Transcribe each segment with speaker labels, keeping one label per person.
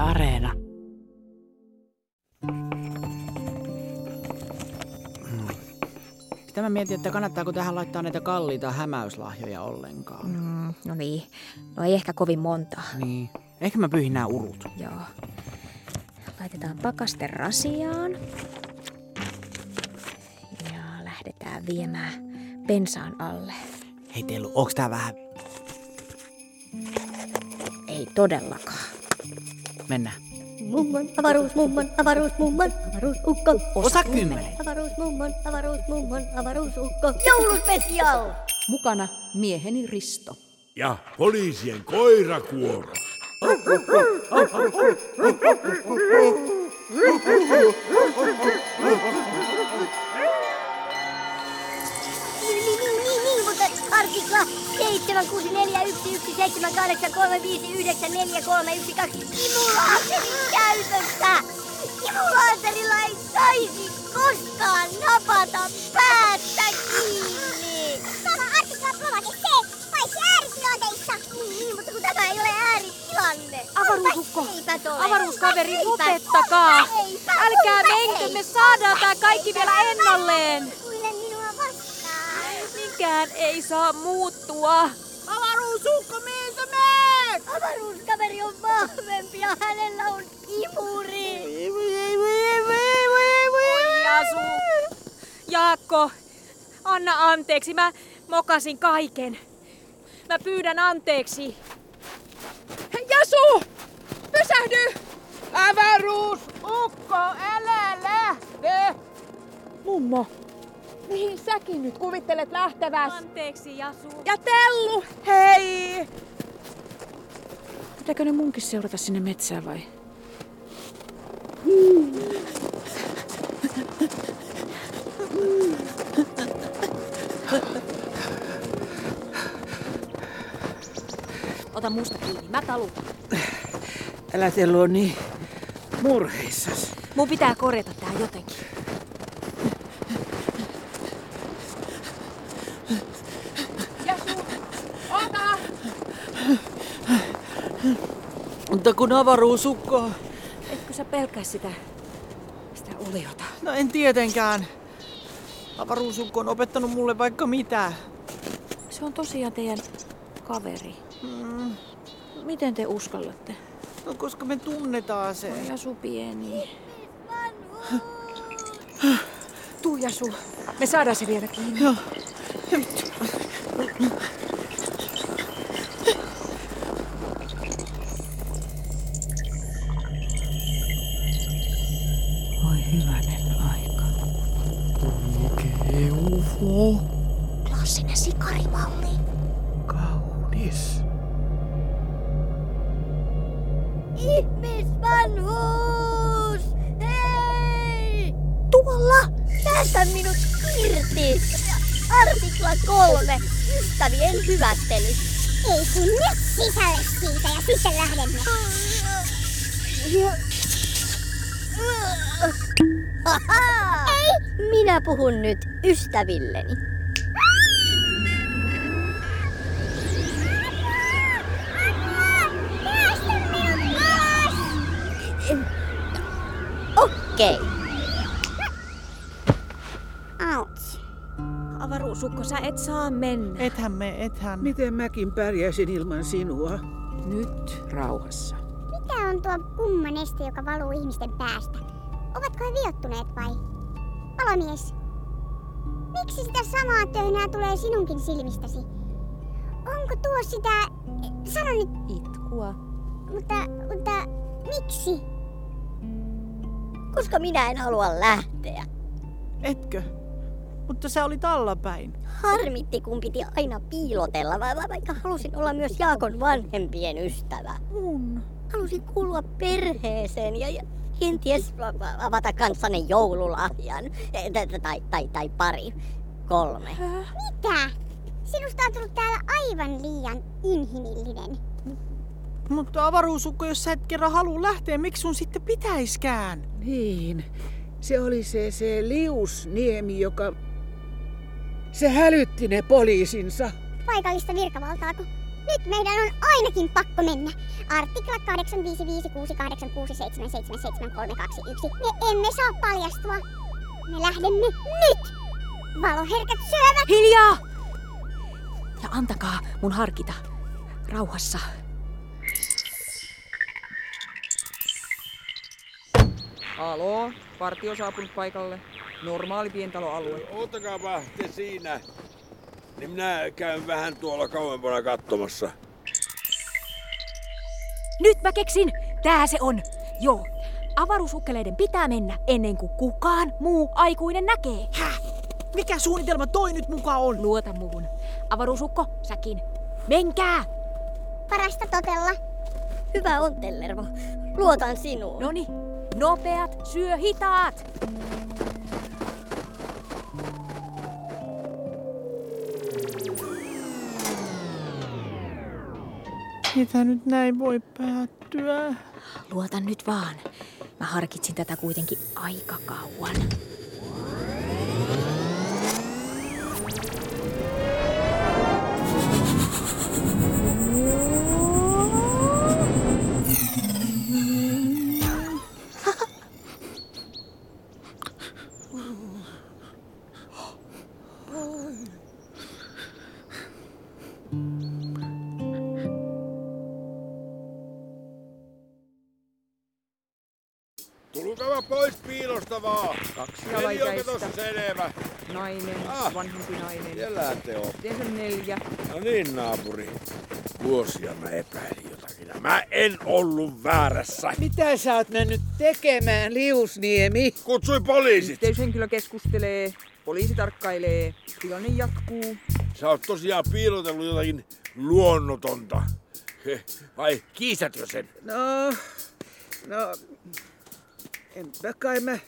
Speaker 1: Areena.
Speaker 2: Sitä mä mietin, että kannattaako tähän laittaa näitä kalliita hämäyslahjoja ollenkaan. Mm.
Speaker 3: Mm, no niin, no ei ehkä kovin monta.
Speaker 2: Niin. Ehkä mä pyyhin nämä urut.
Speaker 3: Joo. Laitetaan pakasten rasiaan. Ja lähdetään viemään pensaan alle.
Speaker 2: Hei Tellu, onks tää vähän?
Speaker 3: Ei todellakaan.
Speaker 2: Mennään.
Speaker 4: Mummon, avaruusmummon, avaruusmummon, avaruusukko.
Speaker 2: Osa kymmenen.
Speaker 4: Avaruusmummon, avaruusmummon, avaruusukko. Jouluspesiaal!
Speaker 1: Mukana mieheni Risto.
Speaker 5: ja poliisien koirakuoro.
Speaker 4: Niin, niin, niin, niin, niin, mutta artikla 7641783594312 Kimulaatterin käytöstä! Kimulaatterilla ei saisi koskaan napata päästä kiinni! Sama artikla provoke se, paitsi ääritilanteissa! Niin, niin, mutta kun tämä ei ole ääritilanne.
Speaker 6: Avaruusukko.
Speaker 4: Eipä tole.
Speaker 6: Avaruuskaveri,
Speaker 4: Eipä
Speaker 6: lopettakaa.
Speaker 4: tole, eipä
Speaker 6: Älkää
Speaker 4: tule,
Speaker 6: menkö, me
Speaker 4: eipä
Speaker 6: saadaan tää
Speaker 4: tule,
Speaker 6: kaikki
Speaker 4: eipä
Speaker 6: vielä
Speaker 4: tule.
Speaker 6: ennalleen.
Speaker 4: Kuule minua vastaan.
Speaker 6: Mikään ei saa muuttua. Avaruusukko, meiltä meet!
Speaker 4: Avaruuskaveri on vahvempi ja hänellä on kipuri.
Speaker 6: Jasu! Jaakko, anna anteeksi. Mä mokasin kaiken. Mä pyydän anteeksi. Jasu! Pysähdy! Avaruus! Ukko, älä lähde! Mummo, Eh. mihin säkin nyt kuvittelet lähteväs? Anteeksi, Jasu.
Speaker 1: Ja Tellu, hei! Pitääkö ne munkin seurata sinne metsään vai?
Speaker 6: Ota musta kiinni, mä talutan.
Speaker 2: Älä Tellu on niin murheissas.
Speaker 6: Mun pitää korjata tää jotenkin.
Speaker 2: Mutta kun avaruusukko...
Speaker 6: Etkö sä pelkää sitä, sitä oliota?
Speaker 2: No en tietenkään. Avaruusukko on opettanut mulle vaikka mitä.
Speaker 1: Se on tosiaan teidän kaveri. Mm. Miten te uskallatte?
Speaker 2: No koska me tunnetaan se.
Speaker 1: Ja su pieni.
Speaker 6: Tuu Jasu, me saadaan se vielä kiinni.
Speaker 1: Voi hyvänen aika.
Speaker 2: Eufo.
Speaker 3: Klassinen sikarimalli.
Speaker 2: Kaunis.
Speaker 4: Ihmisvanhuus! Hei! Tuolla! Päästä minut irti! Artikla kolme. Ystävien hyvättely. Ei sinne sisälle siitä ja sitten lähdemme. Ei! Minä puhun nyt ystävilleni. Okei. Ouch.
Speaker 6: Avaruusukko, sä et saa mennä.
Speaker 2: Ethän me, ethän.
Speaker 7: Miten mäkin pärjäisin ilman sinua?
Speaker 1: Nyt rauhassa.
Speaker 4: Mikä on tuo kumma neste, joka valuu ihmisten päästä? Ovatko he viottuneet vai? Palomies, miksi sitä samaa töhnää tulee sinunkin silmistäsi? Onko tuo sitä... Sano nyt,
Speaker 6: Itkua.
Speaker 4: mutta, mutta miksi? Koska minä en halua lähteä.
Speaker 2: Etkö? Mutta sä olit allapäin.
Speaker 4: Harmitti, kun piti aina piilotella, vai vai- vaikka halusin olla myös Jaakon vanhempien ystävä.
Speaker 2: Mun.
Speaker 4: Halusin kuulua perheeseen ja, ja kenties va- va- avata kanssanne joululahjan. Eh, t- Tai, tai, tai pari. Kolme. Mitä? Sinusta on tullut täällä aivan liian inhimillinen.
Speaker 2: Mutta avaruusukko, jos sä et kerran halua lähteä, miksi sun sitten pitäiskään?
Speaker 7: Niin, se oli se, se liusniemi, joka... Se hälytti ne poliisinsa.
Speaker 4: Paikallista virkavaltaako? Nyt meidän on ainakin pakko mennä. Artikla 85568677732. Me emme saa paljastua. Me lähdemme nyt! Valoherkät syövät!
Speaker 1: Hiljaa! Ja antakaa mun harkita. Rauhassa.
Speaker 8: Aloo, partio saapunut paikalle. Normaali pientaloalue.
Speaker 5: Ottakaapa te siinä. Niin minä käyn vähän tuolla kauempana katsomassa.
Speaker 1: Nyt mä keksin! Tää se on! Joo, avaruusukkeleiden pitää mennä ennen kuin kukaan muu aikuinen näkee.
Speaker 2: Häh? Mikä suunnitelma toi nyt mukaan on?
Speaker 1: Luota muhun. Avaruusukko, säkin. Menkää!
Speaker 4: Parasta totella.
Speaker 3: Hyvä on, Tellervo. Luotan sinuun.
Speaker 1: Noni, nopeat syö hitaat!
Speaker 2: Mitä nyt näin voi päättyä?
Speaker 3: Luota nyt vaan. Mä harkitsin tätä kuitenkin aika kauan.
Speaker 5: Tulkaa pois piilosta vaan.
Speaker 8: Kaksi
Speaker 5: Eli onko
Speaker 8: alaikäistä.
Speaker 5: tossa selvä?
Speaker 8: Nainen,
Speaker 5: Ah.
Speaker 8: vanhempi nainen.
Speaker 5: Siellä te on.
Speaker 8: Miten se neljä?
Speaker 5: No niin, naapuri. Vuosia mä epäilin jotakin. Mä en ollut väärässä.
Speaker 7: Mitä sä oot mennyt tekemään, Liusniemi?
Speaker 5: Kutsui poliisit.
Speaker 8: Yhteyshenkilö keskustelee, poliisi tarkkailee, tilanne jatkuu.
Speaker 5: Sä oot tosiaan piilotellut jotakin luonnotonta. Heh, Vai kiistätkö sen?
Speaker 7: No, no, enpä kai mä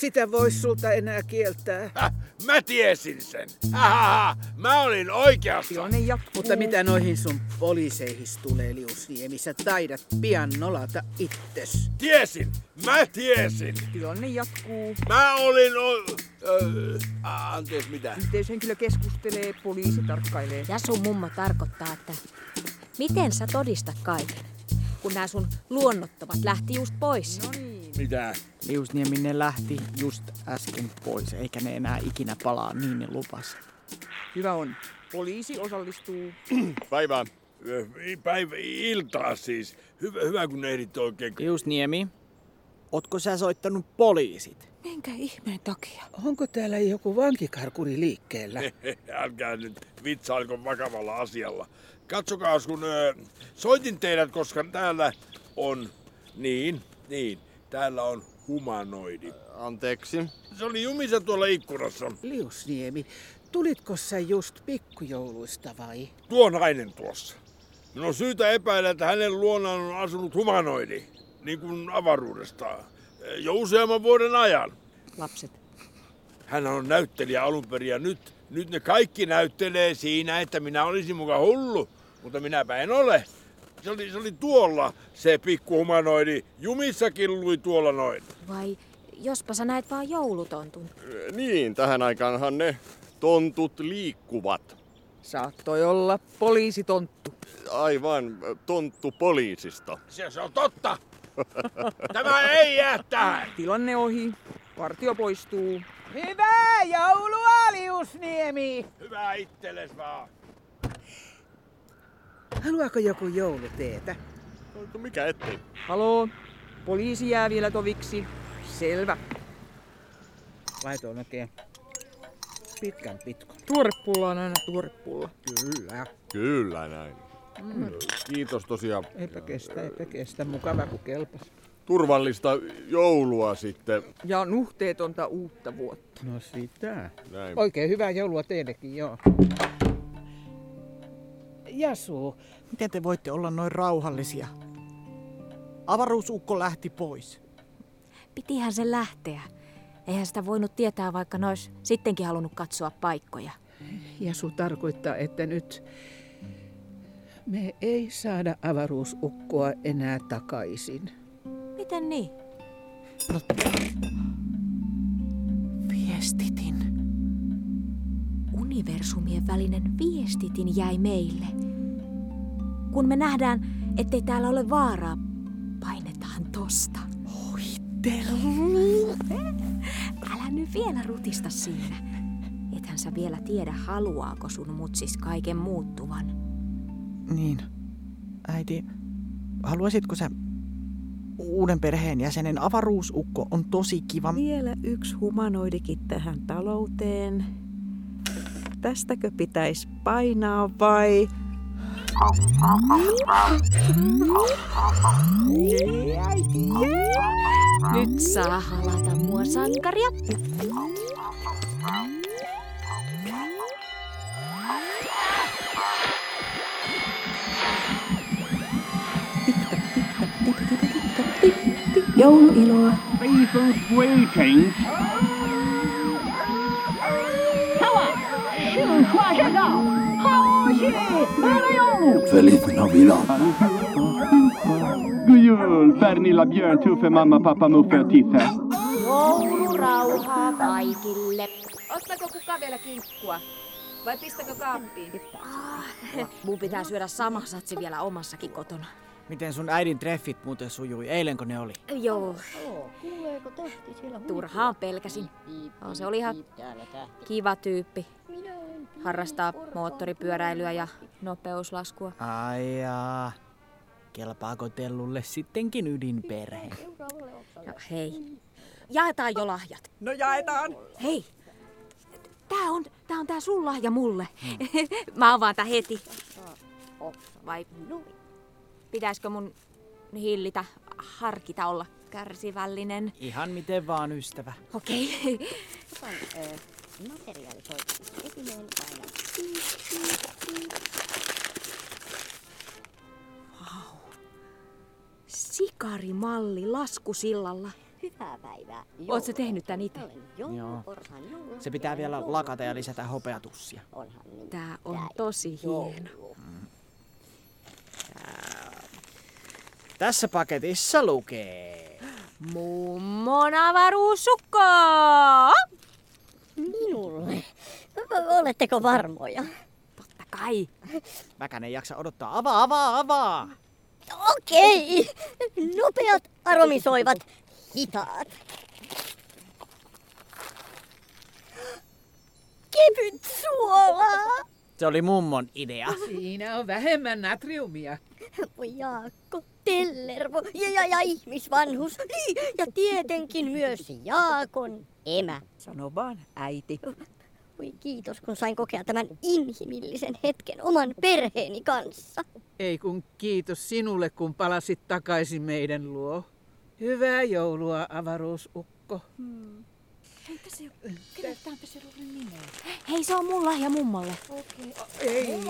Speaker 7: sitä vois sulta enää kieltää.
Speaker 5: Häh, Äh, mä tiesin sen. Hahaha, mä olin oikeassa.
Speaker 8: Tilanne
Speaker 2: niin.
Speaker 8: jatkuu.
Speaker 7: Mutta mitä noihin sun poliiseihin tulee, Liusniemi? Sä taidat pian nolata itses.
Speaker 5: Tiesin, mä tiesin.
Speaker 8: Tilanne jatkuu.
Speaker 5: Mä olin... O- öö, a- anteeksi, mitä?
Speaker 8: Yhteyshenkilö keskustelee, poliisi tarkkailee.
Speaker 3: Ja sun mummo tarkoittaa, että miten sä todistat kaiken, kun nämä sun luonnottomat lähti just pois.
Speaker 8: No niin.
Speaker 5: Mitä?
Speaker 2: Liusniemi ne lähti just äsken pois, eikä ne enää ikinä palaa, niin ne lupas.
Speaker 8: Hyvä on. Poliisi osallistuu.
Speaker 5: Päivää. Päivä, iltaa siis. Hyvä, hyvä kun ehdit oikein.
Speaker 2: Liusniemi, ootko sä soittanut poliisit?
Speaker 1: Minkä ihmeen takia?
Speaker 7: Onko täällä joku vankikarkuri liikkeellä?
Speaker 5: Älkää nyt vitsailko vakavalla asialla. Katsokaa, kun öö, soitin teidät, koska täällä on... Niin, niin. Täällä on humanoidi.
Speaker 9: Anteeksi.
Speaker 5: Se oli jumissa tuolla ikkunassa.
Speaker 7: Liusniemi, tulitko sä just pikkujouluista vai?
Speaker 5: Tuo nainen tuossa. Minun on syytä epäillä, että hänen luonaan on asunut humanoidi, niin kuin avaruudesta, jo useamman vuoden ajan.
Speaker 8: Lapset.
Speaker 5: Hän on näyttelijä alun perin ja nyt, nyt ne kaikki näyttelee siinä, että minä olisin muka hullu, mutta minäpä en ole. Se oli, se oli tuolla se pikkuhumanoidi. Jumissakin lui tuolla noin.
Speaker 3: Vai jospa sä näet vaan joulutontun?
Speaker 9: Niin, tähän aikaanhan ne tontut liikkuvat.
Speaker 8: Saattoi olla poliisitonttu.
Speaker 9: Aivan tonttu poliisista.
Speaker 5: Se, se on totta. Tämä ei jää tähän.
Speaker 8: Tilanne ohi. Partio poistuu.
Speaker 2: Hyvää joulua, Liusniemi!
Speaker 5: Hyvä itteles vaan.
Speaker 7: Haluaako joku jouluteetä?
Speaker 9: No, Mikä ettei?
Speaker 8: Haloo. Poliisi jää vielä toviksi. Selvä.
Speaker 7: Laitoin oikein pitkän pitko.
Speaker 8: Tuorepulla on aina tuorepulla.
Speaker 7: Kyllä.
Speaker 9: Kyllä näin. Kiitos tosiaan.
Speaker 7: Eipä kestä, eipä kestä. Mukava kun kelpas.
Speaker 9: Turvallista joulua sitten.
Speaker 8: Ja nuhteetonta uutta vuotta.
Speaker 7: No sitä.
Speaker 9: Näin.
Speaker 7: Oikein hyvää joulua teillekin, joo. Jasu,
Speaker 2: Miten te voitte olla noin rauhallisia? Avaruusukko lähti pois.
Speaker 3: Pitihän se lähteä. Eihän sitä voinut tietää, vaikka ne ois sittenkin halunnut katsoa paikkoja.
Speaker 7: Jasu tarkoittaa, että nyt me ei saada avaruusukkoa enää takaisin.
Speaker 3: Miten niin?
Speaker 2: Viestitin.
Speaker 3: Universumien välinen viestitin jäi meille.
Speaker 1: kun me nähdään, ettei täällä ole vaaraa, painetaan tosta. Hoitelu! Älä nyt vielä rutista siinä. Ethän sä vielä tiedä, haluaako sun mutsis kaiken muuttuvan.
Speaker 2: Niin. Äiti, haluaisitko sä uuden perheenjäsenen avaruusukko on tosi kiva.
Speaker 6: Vielä yksi humanoidikin tähän talouteen. Tästäkö pitäisi painaa vai...
Speaker 1: Nyt saa halata mua sankaria.
Speaker 6: Jouluiloa.
Speaker 10: Basil's waiting. Feliz Navidad. God jul! Fernilla Björntuffe, mamma, pappa, Muffe och Tisse.
Speaker 4: Joulurauhaa kaikille.
Speaker 3: Ostako kuka vielä kinkkua? Vai pistäkö kaappiin?
Speaker 1: Mun pitää syödä sama satsi vielä omassakin kotona.
Speaker 2: Miten sun äidin treffit muuten sujui? Eilenkö ne oli?
Speaker 1: Joo,
Speaker 4: Kuuleeko tohti siellä
Speaker 1: turhaan pelkäsin. On se oli ihan kiva tyyppi. Harrastaa moottoripyöräilyä ja nopeuslaskua.
Speaker 2: Ai jaa. Kelpaako Tellulle sittenkin ydinperhe?
Speaker 1: No hei, jaetaan jo lahjat.
Speaker 8: No jaetaan.
Speaker 1: Hei, tää on tää, on tää sun lahja mulle. Mä avaan tää heti. Vai no, pitäisikö mun hillitä, harkita olla kärsivällinen?
Speaker 2: Ihan miten vaan, ystävä.
Speaker 1: Okei. Sikarimalli laskusillalla.
Speaker 4: Hyvää päivää.
Speaker 1: Oot sä tehnyt tän itse?
Speaker 2: Joo. Se pitää vielä lakata ja lisätä hopeatussia.
Speaker 4: niin.
Speaker 1: Tää on tosi hieno.
Speaker 2: Tässä paketissa lukee.
Speaker 1: Mummon avaruussukko!
Speaker 4: Minulle. Oletteko varmoja?
Speaker 1: Totta kai.
Speaker 2: Mäkään ei jaksa odottaa. Avaa, avaa, avaa!
Speaker 4: Okei. Nopeat aromisoivat hitaat. Kevyt suolaa.
Speaker 2: Se oli mummon idea.
Speaker 7: Siinä on vähemmän natriumia.
Speaker 4: Voi Jaakko, Tellervo ja, ja, ja ihmisvanhus. Niin, ja tietenkin myös Jaakon emä.
Speaker 6: Sano vaan, äiti.
Speaker 4: Voi kiitos, kun sain kokea tämän inhimillisen hetken oman perheeni kanssa.
Speaker 7: Ei kun kiitos sinulle, kun palasit takaisin meidän luo. Hyvää joulua, avaruusukko.
Speaker 3: Äh,
Speaker 1: Hei, se on mun lahja mummolle.
Speaker 7: Ei.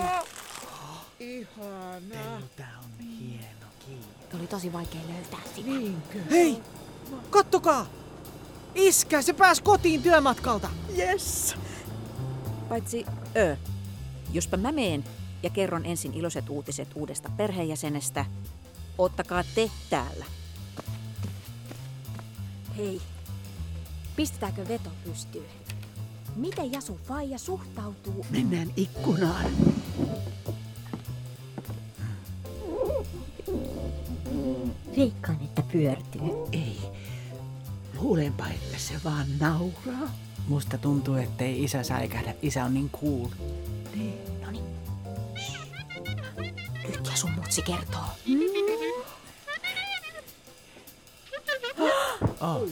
Speaker 7: Ihanaa.
Speaker 2: Tää on hieno.
Speaker 1: Tuo oli tosi vaikea löytää sitä.
Speaker 3: Niin,
Speaker 7: Niinkö?
Speaker 2: Hei! Kattokaa! Iskä, se pääsi kotiin työmatkalta!
Speaker 8: Yes.
Speaker 3: Paitsi ö. Jospa mä meen ja kerron ensin iloiset uutiset uudesta perheenjäsenestä. Ottakaa te täällä.
Speaker 1: Hei, pistetäänkö veto pystyyn? Miten Jasu Faija suhtautuu?
Speaker 7: Mennään ikkunaan.
Speaker 4: Veikkaan, että pyörtyy.
Speaker 7: Ei. Luulenpa, että se vaan nauraa.
Speaker 2: Musta tuntuu, ettei isä säikähdä. Isä on niin cool.
Speaker 1: Nyt Jasun mutsi kertoo.
Speaker 2: Oh.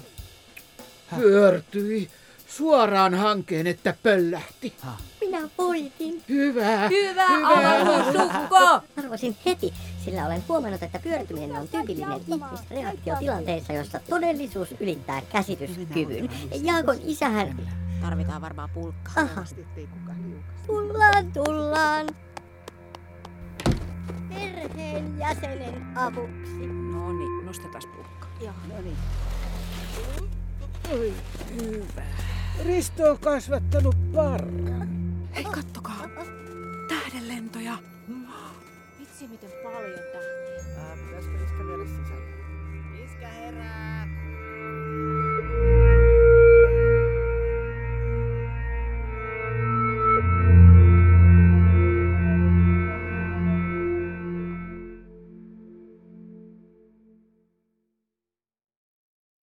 Speaker 7: Pyörtyi. Suoraan hankeen, että pöllähti.
Speaker 4: Minä voitin.
Speaker 7: Hyvä.
Speaker 3: Hyvä avaruussukko!
Speaker 4: Arvasin heti, sillä olen huomannut, että pyörtyminen on tyypillinen ihmisreaktio tilanteissa, jossa todellisuus ylittää käsityskyvyn. Jaakon isähän...
Speaker 3: Tarvitaan varmaan pulkkaa.
Speaker 4: Aha, tullaan, tullaan. Perheen jäsenen avuksi.
Speaker 3: No niin, nostetaan pulkkaa.
Speaker 7: Risto on kasvattanut parra.
Speaker 6: Hei, kattokaa. Tähdenlentoja.
Speaker 3: Vitsi, miten paljon tää.
Speaker 7: Pitäisikö niistä viedä sisään?